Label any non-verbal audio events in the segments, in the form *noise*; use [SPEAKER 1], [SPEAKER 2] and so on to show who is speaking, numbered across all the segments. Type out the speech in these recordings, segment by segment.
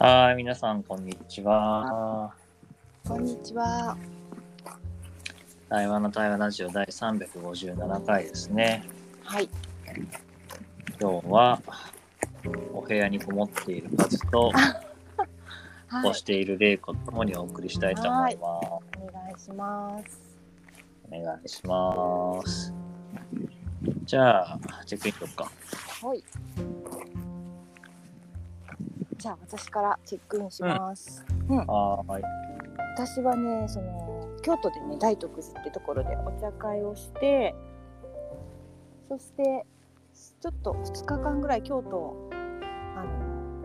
[SPEAKER 1] はい、皆さん、こんにちは。
[SPEAKER 2] こんにちは。
[SPEAKER 1] 台湾の台湾ラジオ第357回ですね。
[SPEAKER 2] はい。
[SPEAKER 1] 今日は、お部屋にこもっているカズと、
[SPEAKER 2] はい。
[SPEAKER 1] 押しているレイコとともにお送りしたいと思いま
[SPEAKER 2] お願いします。
[SPEAKER 1] す。お願いします。じゃあ、チェックインしよっか。
[SPEAKER 2] はい。じゃあ私からチェックインします。
[SPEAKER 1] はーい。
[SPEAKER 2] 私はね、その京都でね大徳寺ってところでお茶会をして、そしてちょっと2日間ぐらい京都をあ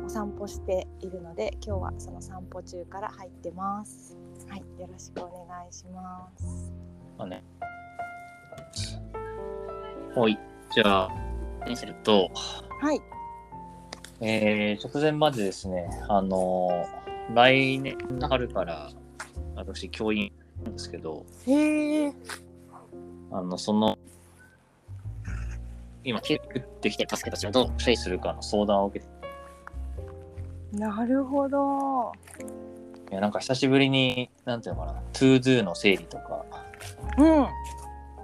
[SPEAKER 2] のお散歩しているので、今日はその散歩中から入ってます。はい、よろしくお願いします。
[SPEAKER 1] まあね。ほい。じゃあ、えっと、
[SPEAKER 2] はい。
[SPEAKER 1] えー直前までですね、あのー来年の春から、私、教員なんですけど、
[SPEAKER 2] へえ。
[SPEAKER 1] あの、その、今、結構ってきてますけど、どう処理するかの相談を受けて、
[SPEAKER 2] なるほど。
[SPEAKER 1] いやなんか久しぶりに、なんていうのかな、to do の整理とか、
[SPEAKER 2] うん。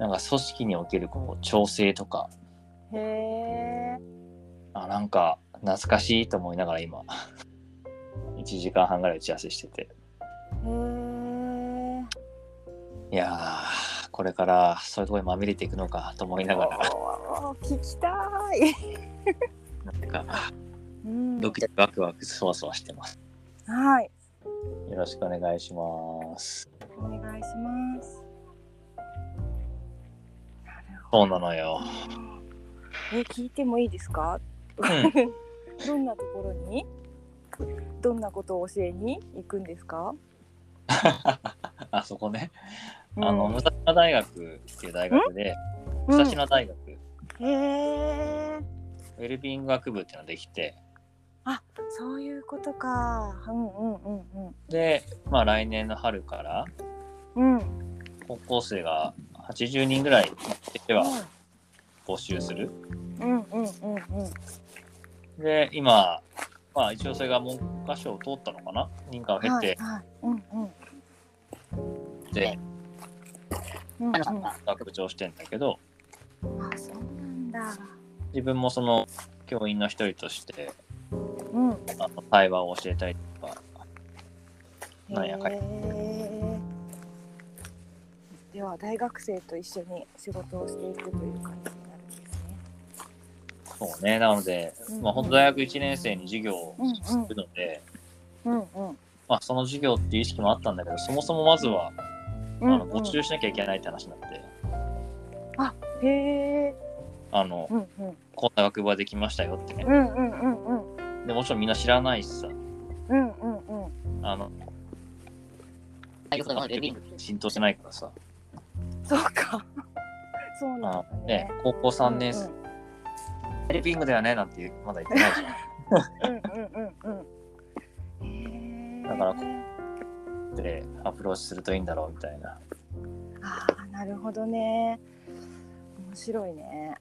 [SPEAKER 1] なんか組織におけるこう調整とか、
[SPEAKER 2] へえ。
[SPEAKER 1] あ、なんか懐かしいと思いながら今、1時間半ぐらい打ち合わせしてて、
[SPEAKER 2] へえ。
[SPEAKER 1] いやー、これからそういうところにまみれていくのかと思いながら、
[SPEAKER 2] おー聞きたい。
[SPEAKER 1] なんか、
[SPEAKER 2] うん
[SPEAKER 1] ドキドキワクワクそわそわしてます。
[SPEAKER 2] はい。
[SPEAKER 1] よろしくお願いします。
[SPEAKER 2] お願いします。なる
[SPEAKER 1] そうなのよ。
[SPEAKER 2] ほど。え、聞いてもいいですか。
[SPEAKER 1] うん
[SPEAKER 2] どんなところに。どんなことを教えに行くんですか。
[SPEAKER 1] *laughs* あそこね。
[SPEAKER 2] うん
[SPEAKER 1] あの、武蔵野大学っていう大学で、
[SPEAKER 2] うん
[SPEAKER 1] 武蔵野大学、
[SPEAKER 2] へえ。
[SPEAKER 1] ウェルビーイング学部っていうのができて、
[SPEAKER 2] そういうことか。うんうんうん
[SPEAKER 1] で、まあ来年の春から、
[SPEAKER 2] うん。うん。
[SPEAKER 1] 高校生が80人ぐらい、では募集する。
[SPEAKER 2] うんうんうんうん。
[SPEAKER 1] で、今、まあ一応それが文科省を通ったのかな認可を経
[SPEAKER 2] はい
[SPEAKER 1] て、
[SPEAKER 2] はい。うんうん。
[SPEAKER 1] で、
[SPEAKER 2] うんうん。
[SPEAKER 1] 学部長してんだけど、
[SPEAKER 2] あ、そうなんだ。
[SPEAKER 1] 自分もその教員の一人として、
[SPEAKER 2] うん。
[SPEAKER 1] あの対話を教えたりとか、なんやかん
[SPEAKER 2] へえでは大学生と一緒に仕事をしていくという感じになるんですね。
[SPEAKER 1] そうね、なので、まあ、本当大学1年生に授業をするので、
[SPEAKER 2] うんうん。
[SPEAKER 1] まあ、その授業っていう意識もあったんだけど、そもそもまずは、
[SPEAKER 2] う
[SPEAKER 1] あ
[SPEAKER 2] ん
[SPEAKER 1] の募集しなきゃいけないって話になって、
[SPEAKER 2] うん、へえ。
[SPEAKER 1] あの
[SPEAKER 2] うんうん
[SPEAKER 1] こんな学部はできましたよってね
[SPEAKER 2] う。んうんうんうん
[SPEAKER 1] でもちろんみんな知らないしさ、
[SPEAKER 2] うんうんうん。
[SPEAKER 1] あの、浸透してないからさ、
[SPEAKER 2] そうか。そう
[SPEAKER 1] あ
[SPEAKER 2] なんだ
[SPEAKER 1] のね
[SPEAKER 2] ね。、
[SPEAKER 1] 高校3年生、テレビングだよねなんてまだ言ってない
[SPEAKER 2] *laughs*
[SPEAKER 1] じ
[SPEAKER 2] うんうんうんうん。へえ
[SPEAKER 1] だからこゃんって、アプローチするといいんだろうみたいな。
[SPEAKER 2] ああなるほどね。面白いね。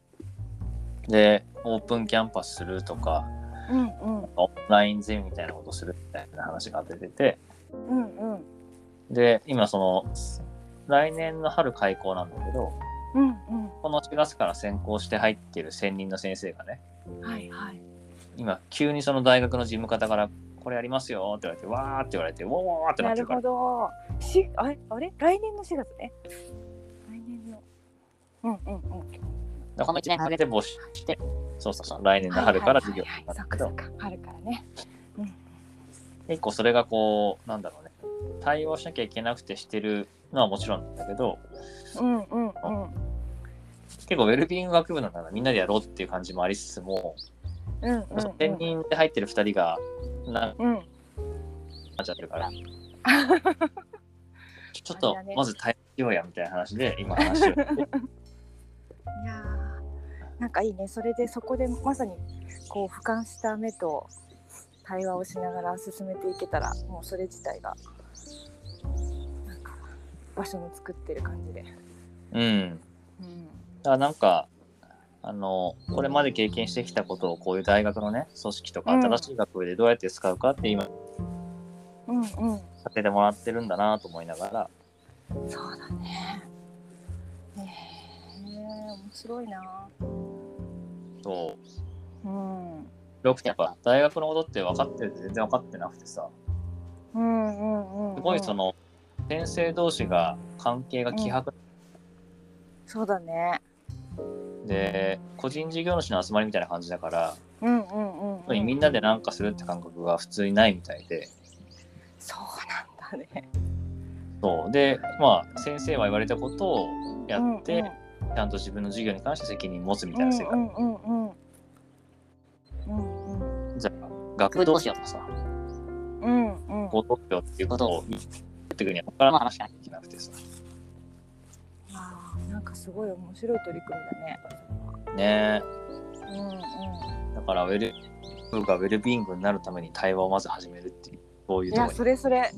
[SPEAKER 1] で、オープンキャンパスするとか、
[SPEAKER 2] うんうん
[SPEAKER 1] オンラインゼミみたいなことするみたいな話が出てて、
[SPEAKER 2] うんうん
[SPEAKER 1] で、今その、来年の春開校なんだけど、
[SPEAKER 2] うんうん。
[SPEAKER 1] この4月から先行して入ってる専任の先生がね、
[SPEAKER 2] はいはい。
[SPEAKER 1] 今急にその大学の事務方から、これやりますよって言われて、わーって言われて、わーってな
[SPEAKER 2] な
[SPEAKER 1] ってる
[SPEAKER 2] る
[SPEAKER 1] か
[SPEAKER 2] ほ
[SPEAKER 1] ら、
[SPEAKER 2] ど。し、あれ、あれ、来年の4月ね。来年の。うんうんうん。
[SPEAKER 1] だからこの1年かけて募集して、そうそうそう、来年の春から授業
[SPEAKER 2] はいはい
[SPEAKER 1] な
[SPEAKER 2] はい
[SPEAKER 1] ん
[SPEAKER 2] そ
[SPEAKER 1] だけ
[SPEAKER 2] っか
[SPEAKER 1] ど
[SPEAKER 2] そっ、か。春からね。
[SPEAKER 1] 結構それがこう、なんだろうね、対応しなきゃいけなくてしてるのはもちろんなんだけど、
[SPEAKER 2] うんうんうん。
[SPEAKER 1] 結構ウェルビーイング学部なんだな、みんなでやろうっていう感じもありつつも、
[SPEAKER 2] うんうん
[SPEAKER 1] その専任で入ってる2人が、なんか
[SPEAKER 2] うん。うん。
[SPEAKER 1] なっちゃってるから、ちょっ
[SPEAKER 2] あ
[SPEAKER 1] と
[SPEAKER 2] れだね
[SPEAKER 1] まず対応しようやみたいな話で今話をして
[SPEAKER 2] いやー。なんかいいね。それで、そこでまさに。こう俯瞰した目と。対話をしながら進めていけたら、もうそれ自体が。なんか。場所も作ってる感じで。
[SPEAKER 1] *laughs* うん
[SPEAKER 2] う
[SPEAKER 1] だ
[SPEAKER 2] ん。
[SPEAKER 1] からなんかあのこれまで経験してきたことをこういう大学のね組織とか
[SPEAKER 2] うん
[SPEAKER 1] 新しい学部でどうやって使うかって今
[SPEAKER 2] うんうん
[SPEAKER 1] させてもらってるんだなと思いながら、
[SPEAKER 2] そうだねねえ面白いな
[SPEAKER 1] そう、
[SPEAKER 2] うんうん
[SPEAKER 1] よくてやっぱ大学のことって分かってるって全然分かってなくてさ、
[SPEAKER 2] うんうん
[SPEAKER 1] すごいそ
[SPEAKER 2] の
[SPEAKER 1] の、先生同士が関係が希薄
[SPEAKER 2] そうだね
[SPEAKER 1] で、個人事業主の集まりみたいな感じだから、
[SPEAKER 2] うんうんうん、
[SPEAKER 1] 特にみんなでなんかするって感覚が普通にないみたいで、
[SPEAKER 2] そうなんだね
[SPEAKER 1] そうで、まあ、先生は言われたことをやって、
[SPEAKER 2] うんうん
[SPEAKER 1] ちゃんと自分の授業に関して責任持つみたい
[SPEAKER 2] うん
[SPEAKER 1] な世界、
[SPEAKER 2] うんうんうんうんうん
[SPEAKER 1] じゃあ学部どうしようとかさ
[SPEAKER 2] うんうん
[SPEAKER 1] 合同教っていうことを言ってくるにはここからの話しなきゃいけなくてさ
[SPEAKER 2] あーなんかすごい面白い取り組みだ
[SPEAKER 1] ね
[SPEAKER 2] ねうんうん
[SPEAKER 1] えだからウェル僕がウェルビーイングになるために対話をまず始めるっていうそういう
[SPEAKER 2] い
[SPEAKER 1] とこ
[SPEAKER 2] や
[SPEAKER 1] ろに
[SPEAKER 2] それそれ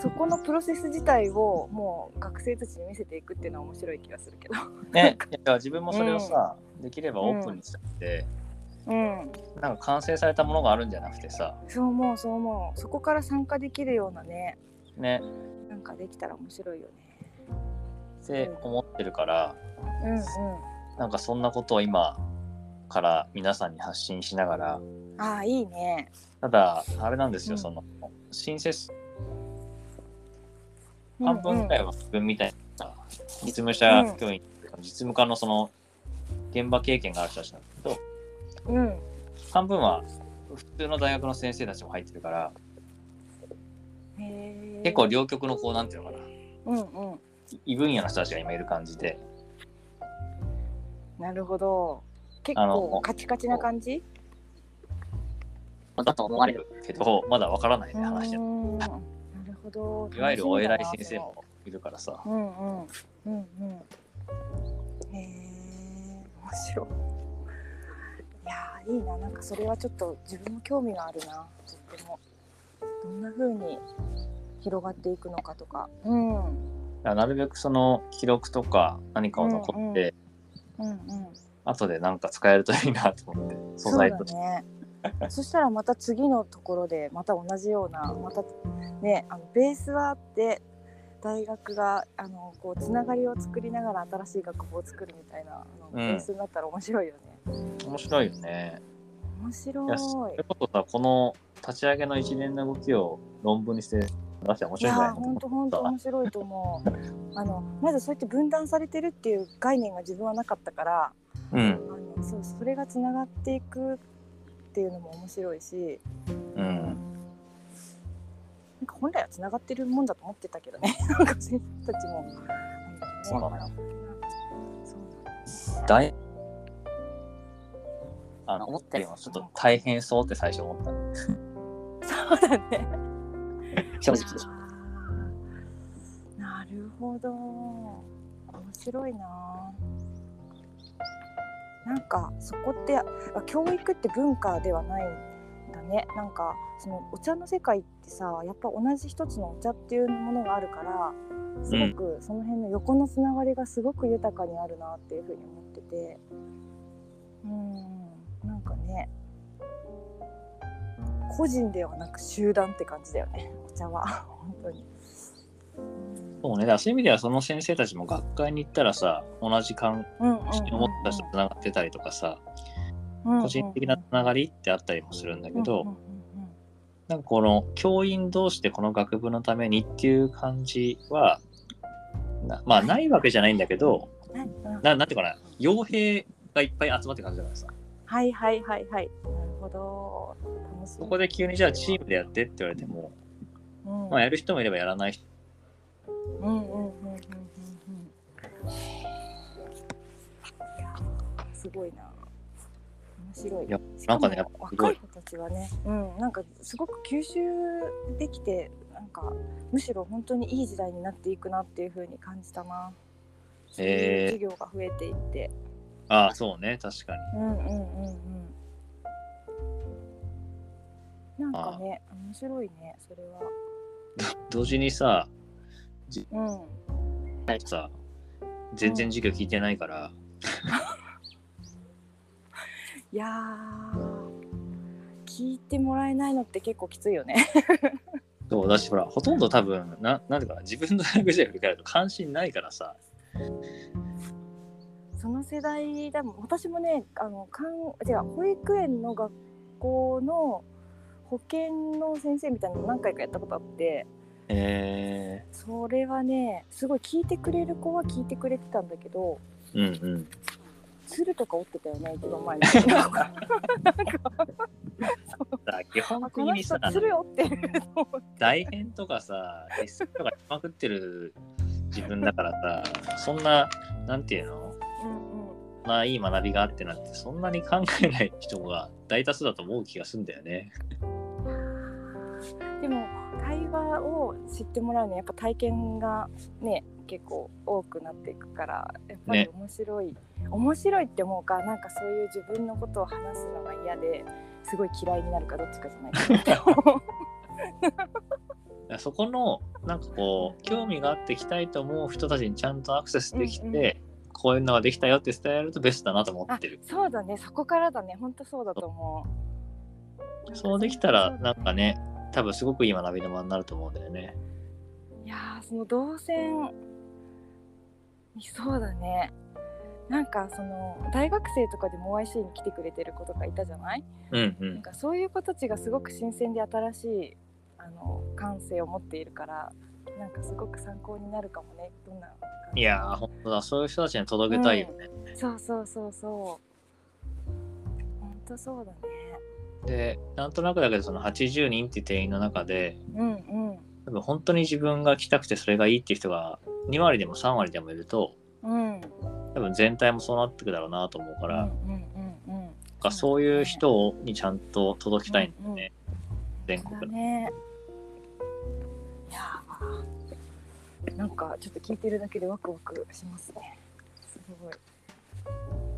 [SPEAKER 2] そこのプロセス自体をもう学生たちに見せていくっていうのは面白い気がするけど *laughs*
[SPEAKER 1] ねいや自分もそれをさ、できればオープンにしたって、
[SPEAKER 2] うん
[SPEAKER 1] なんか完成されたものがあるんじゃなくてさ
[SPEAKER 2] そう思うそう思うそこから参加できるようなね
[SPEAKER 1] ね
[SPEAKER 2] なんかできたら面白いよね
[SPEAKER 1] って思ってるから
[SPEAKER 2] うん
[SPEAKER 1] なんかそんなことを今から皆さんに発信しながら
[SPEAKER 2] うんああいいね
[SPEAKER 1] ただあれなんですよ、
[SPEAKER 2] うん
[SPEAKER 1] その新設半分ぐら
[SPEAKER 2] い
[SPEAKER 1] いは自分みたいな実務者教員、実務家のその現場経験がある人たちなんだけど
[SPEAKER 2] うん
[SPEAKER 1] 半分は普通の大学の先生たちも入ってるから
[SPEAKER 2] へえ
[SPEAKER 1] 結構両極のこうなんていうのかな
[SPEAKER 2] うんうん
[SPEAKER 1] 異分野の人たちが今いる感じで
[SPEAKER 2] なるほど結
[SPEAKER 1] あの
[SPEAKER 2] 構カチカチな感じ
[SPEAKER 1] だと思われるけどまだわからないね話じゃ
[SPEAKER 2] うんなるほど
[SPEAKER 1] いわゆるお偉い
[SPEAKER 2] 楽しみ
[SPEAKER 1] 先生
[SPEAKER 2] だな
[SPEAKER 1] もいるからさ
[SPEAKER 2] うんうんうんうん。へえ面白い。いやーいいななんかそれはちょっと自分も興味があるなとっても。どんな風に広がっていくのかとか。うんうん
[SPEAKER 1] だからなるべくその記録とか何かを残って、
[SPEAKER 2] うんうん。
[SPEAKER 1] 後で何か使えるといいなと思って素
[SPEAKER 2] そう
[SPEAKER 1] 材
[SPEAKER 2] だ
[SPEAKER 1] として
[SPEAKER 2] ね。そしたらまた次のところでまた同じようなまたねあのベースはあって大学があのこうつながりを作りながら新しい学部を作るみたいなあの
[SPEAKER 1] ん
[SPEAKER 2] ベースになったら面白いよね。
[SPEAKER 1] 面白いよね。
[SPEAKER 2] 面
[SPEAKER 1] い
[SPEAKER 2] 白
[SPEAKER 1] や
[SPEAKER 2] い。
[SPEAKER 1] それこそさこの立ち上げの一連の動きを論文にして出したら面白い
[SPEAKER 2] い
[SPEAKER 1] んじゃないの
[SPEAKER 2] や本当本当面白いと思
[SPEAKER 1] *laughs*
[SPEAKER 2] う。あのまずそうやって分断されてるっていう概念が自分はなかったから、
[SPEAKER 1] うん
[SPEAKER 2] あのそうそれがつながっていくっていうのも面白いし、
[SPEAKER 1] うん
[SPEAKER 2] なんか本来はつながってるもんだと思ってたけどね。 *laughs* なんか先生たちも。
[SPEAKER 1] そうなのよ
[SPEAKER 2] そう
[SPEAKER 1] 大あの思ったよりもちょっと大変そうって最初思ったの
[SPEAKER 2] そうだね。
[SPEAKER 1] 正直
[SPEAKER 2] あーなるほど面白いななんかそこってあ教育って文化ではないんだねなんかそのお茶の世界ってさやっぱ同じ一つのお茶っていうものがあるからすごくその辺の横のつながりがすごく豊かにあるなっていうふうに思っててうんなんかね個人ではなく集団って感じだよねお茶は *laughs* 本当に。
[SPEAKER 1] そうねだからそういう意味ではその先生たちも学会に行ったらさ同じ関
[SPEAKER 2] うんうん
[SPEAKER 1] 心を持った人とつながってたりとかさ、
[SPEAKER 2] うんうん
[SPEAKER 1] 個人的なつながりってあったりもするんだけど、
[SPEAKER 2] うんうん
[SPEAKER 1] なんかこの教員同士でこの学部のためにっていう感じはなまあないわけじゃないんだけど
[SPEAKER 2] うんうんうん
[SPEAKER 1] ななんていうかな傭兵がいっぱい集まってる感じだからさ
[SPEAKER 2] はいはいはいはいなるほど楽しみ
[SPEAKER 1] そこで急にじゃあチームでやってって言われても、
[SPEAKER 2] うん
[SPEAKER 1] まあ、やる人もいればやらない人
[SPEAKER 2] うんうんうんうんうんうんうんいやーすごいな面白い
[SPEAKER 1] いや
[SPEAKER 2] し
[SPEAKER 1] なんか
[SPEAKER 2] かも
[SPEAKER 1] ねやっぱすご
[SPEAKER 2] 若
[SPEAKER 1] い
[SPEAKER 2] い子たちはね、うん、なんかすごく吸収できてなんかむしろ本当にいい時代になっていくなっていう風に感じたなそういう
[SPEAKER 1] へー
[SPEAKER 2] 授業が増えていって、
[SPEAKER 1] ああそうね確かに
[SPEAKER 2] うんうんうんうんなんかね面白いねそれは
[SPEAKER 1] 同時にさ
[SPEAKER 2] うん
[SPEAKER 1] さ全然授業聞いてないから、
[SPEAKER 2] いやー聞いてもらえないのって結構きついよね *laughs*
[SPEAKER 1] そそうだしほらほとんど多分ななんていうかな自分の大学時代振り返ると関心ないからさ
[SPEAKER 2] その世代だもん私もねあのかん違う保育園の学校の保健の先生みたいなの何回かやったことあって
[SPEAKER 1] え
[SPEAKER 2] それはねすごい聞いてくれる子は聞いてくれてたんだけど
[SPEAKER 1] ー、うんうん
[SPEAKER 2] 鶴とか折ってたよね一番 *laughs* 前になんか
[SPEAKER 1] さ基
[SPEAKER 2] あ
[SPEAKER 1] 本的
[SPEAKER 2] この
[SPEAKER 1] に
[SPEAKER 2] 人
[SPEAKER 1] さ
[SPEAKER 2] 鶴折ってると思って
[SPEAKER 1] 大変とかさテストとかしまくってる自分だからさそんななんていうの
[SPEAKER 2] うんうん
[SPEAKER 1] そんないい学びがあってなんてそんなに考えない人が大多数だと思う気がするんだよね。
[SPEAKER 2] でも対話を知ってもらうのはやっぱ体験がね結構多くなっていくからやっぱり
[SPEAKER 1] ね
[SPEAKER 2] 面白い、面白いって思うかなんかそういう自分のことを話すのが嫌ですごい嫌いになるかどっちかじゃないか
[SPEAKER 1] *laughs*
[SPEAKER 2] な
[SPEAKER 1] そこのなんかこう興味があってきたいと思う人たちにちゃんとアクセスできて、
[SPEAKER 2] うんうん
[SPEAKER 1] こういうのができたよって伝えるとベストだなと思ってる。
[SPEAKER 2] そうだねそこからだねほんとそうだと思う
[SPEAKER 1] そうできたらなんかね多分すごくいい学びの場になると思うんだよね。
[SPEAKER 2] いやーその動線そうだねなんかその大学生とかでも YC に来てくれてる子とかいたじゃない
[SPEAKER 1] うんう
[SPEAKER 2] なん
[SPEAKER 1] ん。
[SPEAKER 2] かそういう子たちがすごく新鮮で新しいあの感性を持っているからなんかすごく参考になるかもねどんな感じ
[SPEAKER 1] いやー本当だそういう人たちに届けたいよね。
[SPEAKER 2] そうそうそうそう本当そうだね
[SPEAKER 1] でなんとなくだけどその80人って定員の中で
[SPEAKER 2] うんうん
[SPEAKER 1] 多分本当に自分が来たくてそれがいいっていう人が2割でも3割でもいると
[SPEAKER 2] うん
[SPEAKER 1] 多分全体もそうなってくだろうなと思うか
[SPEAKER 2] う
[SPEAKER 1] ら、
[SPEAKER 2] んうんうんう
[SPEAKER 1] な
[SPEAKER 2] ん
[SPEAKER 1] んかそういう人にちゃんと届きたいんだよね、全
[SPEAKER 2] そうだ
[SPEAKER 1] 国の。
[SPEAKER 2] ねいやーなんかちょっと聞いてるだけでワクワクしますねすごい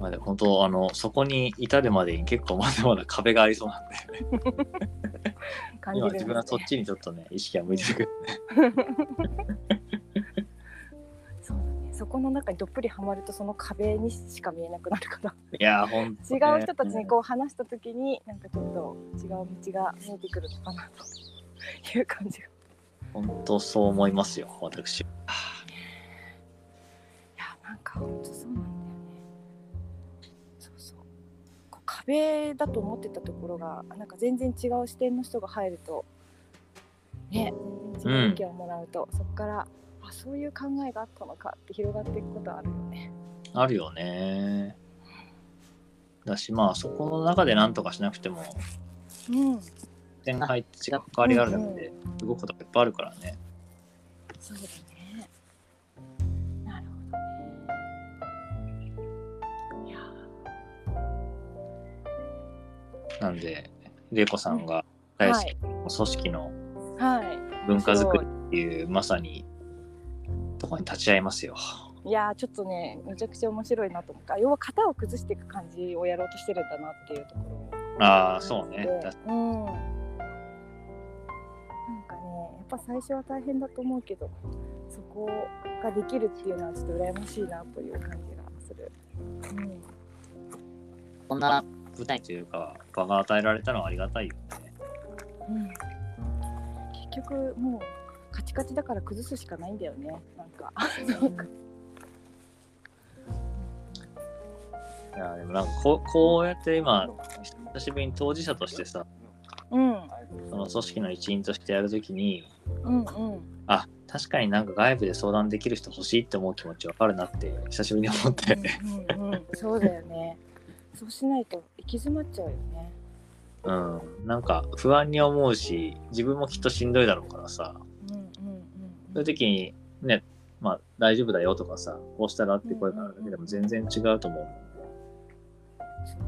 [SPEAKER 1] まあ、で本当あのそこに至るまでに結構まだまだ壁がありそうなんで
[SPEAKER 2] 感じ
[SPEAKER 1] 今
[SPEAKER 2] る
[SPEAKER 1] 自分はそっちにちょっとね意識が向いて
[SPEAKER 2] *laughs*
[SPEAKER 1] くる。
[SPEAKER 2] そうだねそこの中にどっぷりはまるとその壁にしか見えなくなる *laughs* から
[SPEAKER 1] いやー本当
[SPEAKER 2] 違
[SPEAKER 1] ね
[SPEAKER 2] う人たちにこう話した時になんかちょっと違う道が見えてくるのかなという感 *laughs* じがい
[SPEAKER 1] うん本当そう思いますよ私。
[SPEAKER 2] やなんか本当そうなんだよねそうそうこう壁だと思ってたところがなんか全然違う視点の人が入るとね全然違う意見をもらうと、そこからあそういう考えがあったのかって広がっていくことあるよね
[SPEAKER 1] あるよね。だしまあそこの中で何とかしなくても
[SPEAKER 2] うん
[SPEAKER 1] 展開って違う関わりがある中で動くことがいっぱいあるからね。
[SPEAKER 2] そうだね。なるほどね。いや
[SPEAKER 1] なんで玲子さんが大好きな組織の
[SPEAKER 2] ーはい。
[SPEAKER 1] 文化づくりっていうまさにとこに立ち会いますよ。
[SPEAKER 2] いやーちょっとねめちゃくちゃ面白いなと思った。要は型を崩していく感じをやろうとしてるんだなっていうところも。
[SPEAKER 1] ああそうね。だ
[SPEAKER 2] うん。なんかねやっぱ最初は大変だと思うけどそこができるっていうのはちょっと羨ましいなという感じがする。うん。
[SPEAKER 1] こんな舞台というか場が与えられたのはありがたいよね。
[SPEAKER 2] うん結局もうカチカチだから崩すしかないんだよねなんかなんか
[SPEAKER 1] いやでもなんかこうこうやって今久しぶりに当事者としてさ
[SPEAKER 2] うん
[SPEAKER 1] その組織の一員としてやるときに
[SPEAKER 2] うんうん
[SPEAKER 1] あ確かになんか外部で相談できる人欲しいって思う気持ちわかるなって久しぶりに思って、
[SPEAKER 2] うんうんうんそうだよねそうしないと行き詰まっちゃうよね
[SPEAKER 1] うん、なんか不安に思うし自分もきっとしんどいだろうからさ
[SPEAKER 2] うんうんうん
[SPEAKER 1] そういう時にねまあ大丈夫だよとかさこうしたらって声があるだけでも全然違うと思う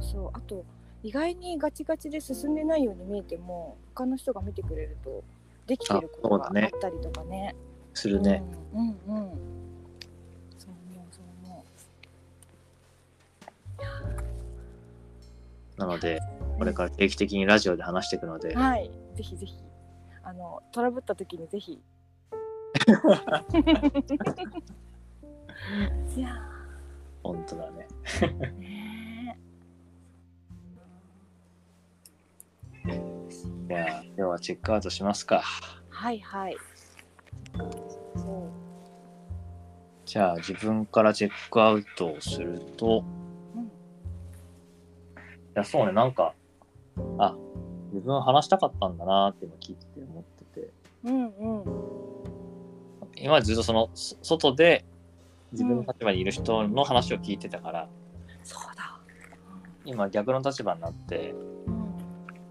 [SPEAKER 2] そうそうあと意外にガチガチで進んでないように見えても他の人が見てくれるとできてることが
[SPEAKER 1] あ
[SPEAKER 2] あ
[SPEAKER 1] そうだね
[SPEAKER 2] ったりとかね
[SPEAKER 1] するね、
[SPEAKER 2] うんうんうん。そう思うそう思
[SPEAKER 1] なので
[SPEAKER 2] う。
[SPEAKER 1] これから定期的にラジオで話していくので、
[SPEAKER 2] はい、ぜひぜひ。あのトラブった時にぜ *laughs* ひ。いや
[SPEAKER 1] 本当だね
[SPEAKER 2] ーね
[SPEAKER 1] じゃあ今日はチェックアウトしますか
[SPEAKER 2] ー。はいはい。そ
[SPEAKER 1] じゃあ自分からチェックアウトをすると、
[SPEAKER 2] う。うん。
[SPEAKER 1] いや、そうね、なんか、あ、自分話したかったんだなって今聞いてて思ってて、
[SPEAKER 2] うんうん。
[SPEAKER 1] 今までずっとその、そ外で自分の立場にいる人の話を聞いてたから、
[SPEAKER 2] そうだ。
[SPEAKER 1] 今逆の立場になって、
[SPEAKER 2] うん。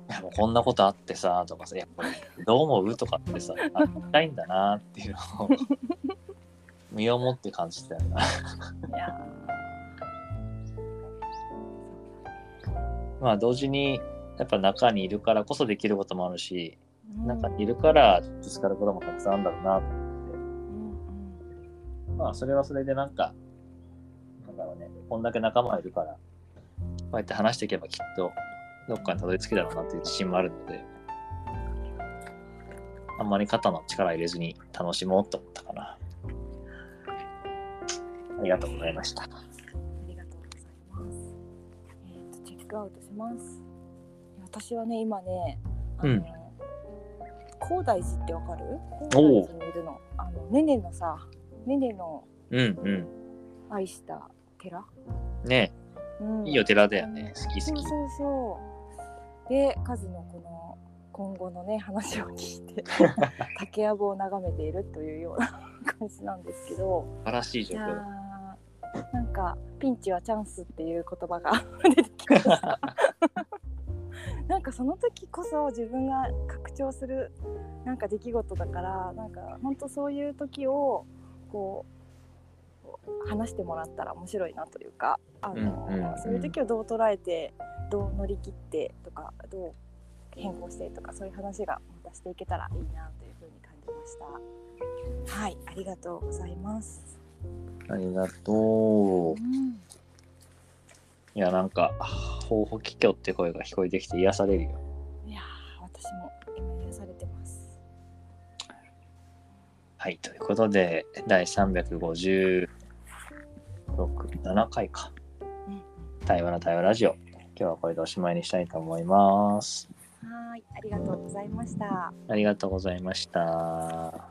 [SPEAKER 1] いやもうこんなことあってさとかさ、いやこれどう思うとかってさ、あったいんだなっていうのを *laughs* 身をもって感じたよな。 *laughs*
[SPEAKER 2] いや
[SPEAKER 1] まあ同時にやっぱ中にいるからこそできることもあるし、
[SPEAKER 2] ー。
[SPEAKER 1] 中にいるからぶつかることもたくさんあるんだろうなと思って。
[SPEAKER 2] うんうん。
[SPEAKER 1] まあそれはそれでなんか、なんだろうね、こんだけ仲間いるから、こうやって話していけばきっとどっかにたどり着けたろうなっていう自信もあるので、あんまり肩の力入れずに楽しもうと思ったかな。ありがとうございました。
[SPEAKER 2] ありがとうございます。えっ、とチェックアウトします。私はね今ね、あの、
[SPEAKER 1] うん
[SPEAKER 2] 高台寺ってわかる？
[SPEAKER 1] お
[SPEAKER 2] 高
[SPEAKER 1] う
[SPEAKER 2] 台寺にいるの。あのねねのさ、ねねの
[SPEAKER 1] うんう
[SPEAKER 2] 愛した寺。
[SPEAKER 1] ん。ね
[SPEAKER 2] うん、
[SPEAKER 1] えいいお寺だよね。好き好
[SPEAKER 2] そう
[SPEAKER 1] き。
[SPEAKER 2] そうそう。で、カズのこの今後のね話を聞
[SPEAKER 1] *laughs*
[SPEAKER 2] いて竹やぶを眺めているというような *laughs* 感じなんですけど、
[SPEAKER 1] 素晴らしい
[SPEAKER 2] い
[SPEAKER 1] 状
[SPEAKER 2] や
[SPEAKER 1] 況だ。
[SPEAKER 2] ーなんかピンチはチャンスっていう言葉が *laughs* 出てき
[SPEAKER 1] *laughs*
[SPEAKER 2] ました。なんかその時こそ自分が拡張するなんか出来事だからなんか本当そういう時をこう話してもらったら面白いなというかあの、
[SPEAKER 1] うんうんうん
[SPEAKER 2] そういう時をどう捉えてどう乗り切ってとかどう変更してとかそういう話がまたしていけたらいいなというふうに感じました。はいありがとうございます。
[SPEAKER 1] ありがとう。
[SPEAKER 2] うん
[SPEAKER 1] いや、なんか、ほうほききょって声が聞こえてきて癒されるよ。
[SPEAKER 2] いやー私も今癒されてます。
[SPEAKER 1] はい、ということで、第356、7回か
[SPEAKER 2] うん。
[SPEAKER 1] 対話の対話ラジオ。今日はこれでおしまいにしたいと思います。
[SPEAKER 2] はーい、ありがとうございました。
[SPEAKER 1] ありがとうございました。